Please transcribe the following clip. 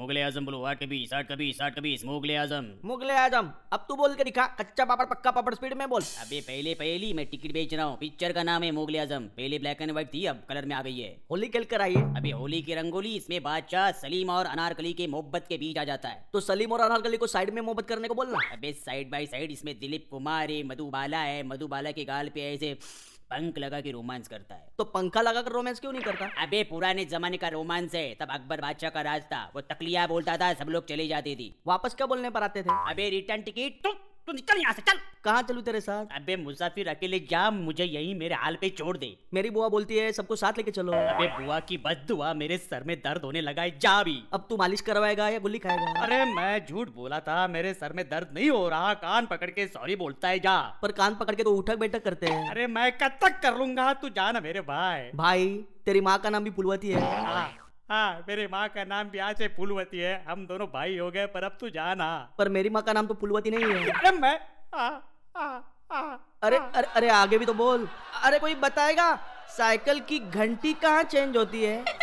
मुगले आजम बुलवाट कभी साठ कभी साठ कभी मुगले आजम मुगले आजम अब तू बोल के दिखा कच्चा पापड़ पक्का पापड़ स्पीड में बोल अबे पहले पहली मैं टिकट बेच रहा हूँ पिक्चर का नाम है मुगले आजम पहले ब्लैक एंड व्हाइट थी अब कलर में आ गई है होली खेल कर आइए अबे होली की रंगोली इसमें बादशाह सलीम और अनारकली के मोहब्बत के बीच आ जाता है तो सलीम और अनारकली को साइड में मोहब्बत करने को बोलना अबे साइड बाय साइड इसमें दिलीप कुमार है मधुबाला है मधुबाला के गाल पे ऐसे पंख लगा के रोमांस करता है तो पंखा लगाकर रोमांस क्यों नहीं करता अबे पुराने जमाने का रोमांस है तब अकबर बादशाह का राज था वो तकलिया बोलता था सब लोग चली जाती थी वापस क्या बोलने पर आते थे अबे रिटर्न टिकट तू तू तो निकल यहाँ से चल कहाँ चलू तेरे साथ अबे मुसाफिर अकेले जा मुझे यही मेरे हाल पे छोड़ दे मेरी बुआ बोलती है सबको साथ लेके चलो अबे बुआ की बददुआ मेरे सर में दर्द होने लगा है जा भी अब तू मालिश करवाएगा या गुल्ली खाएगा अरे मैं झूठ बोला था मेरे सर में दर्द नहीं हो रहा कान पकड़ के सॉरी बोलता है जा पर कान पकड़ के तो उठक बैठक करते हैं अरे मैं कब तक कर लूंगा तू जाना मेरे भाई भाई तेरी माँ का नाम भी पुलवती है हाँ हाँ मेरे माँ का नाम भी आज से फूलवती है हम दोनों भाई हो गए पर अब तू जाना पर मेरी माँ का नाम तो पुलवती नहीं है अरे मैं आ, आ, आ, अरे अरे अरे आगे भी तो बोल अरे कोई बताएगा साइकिल की घंटी कहाँ चेंज होती है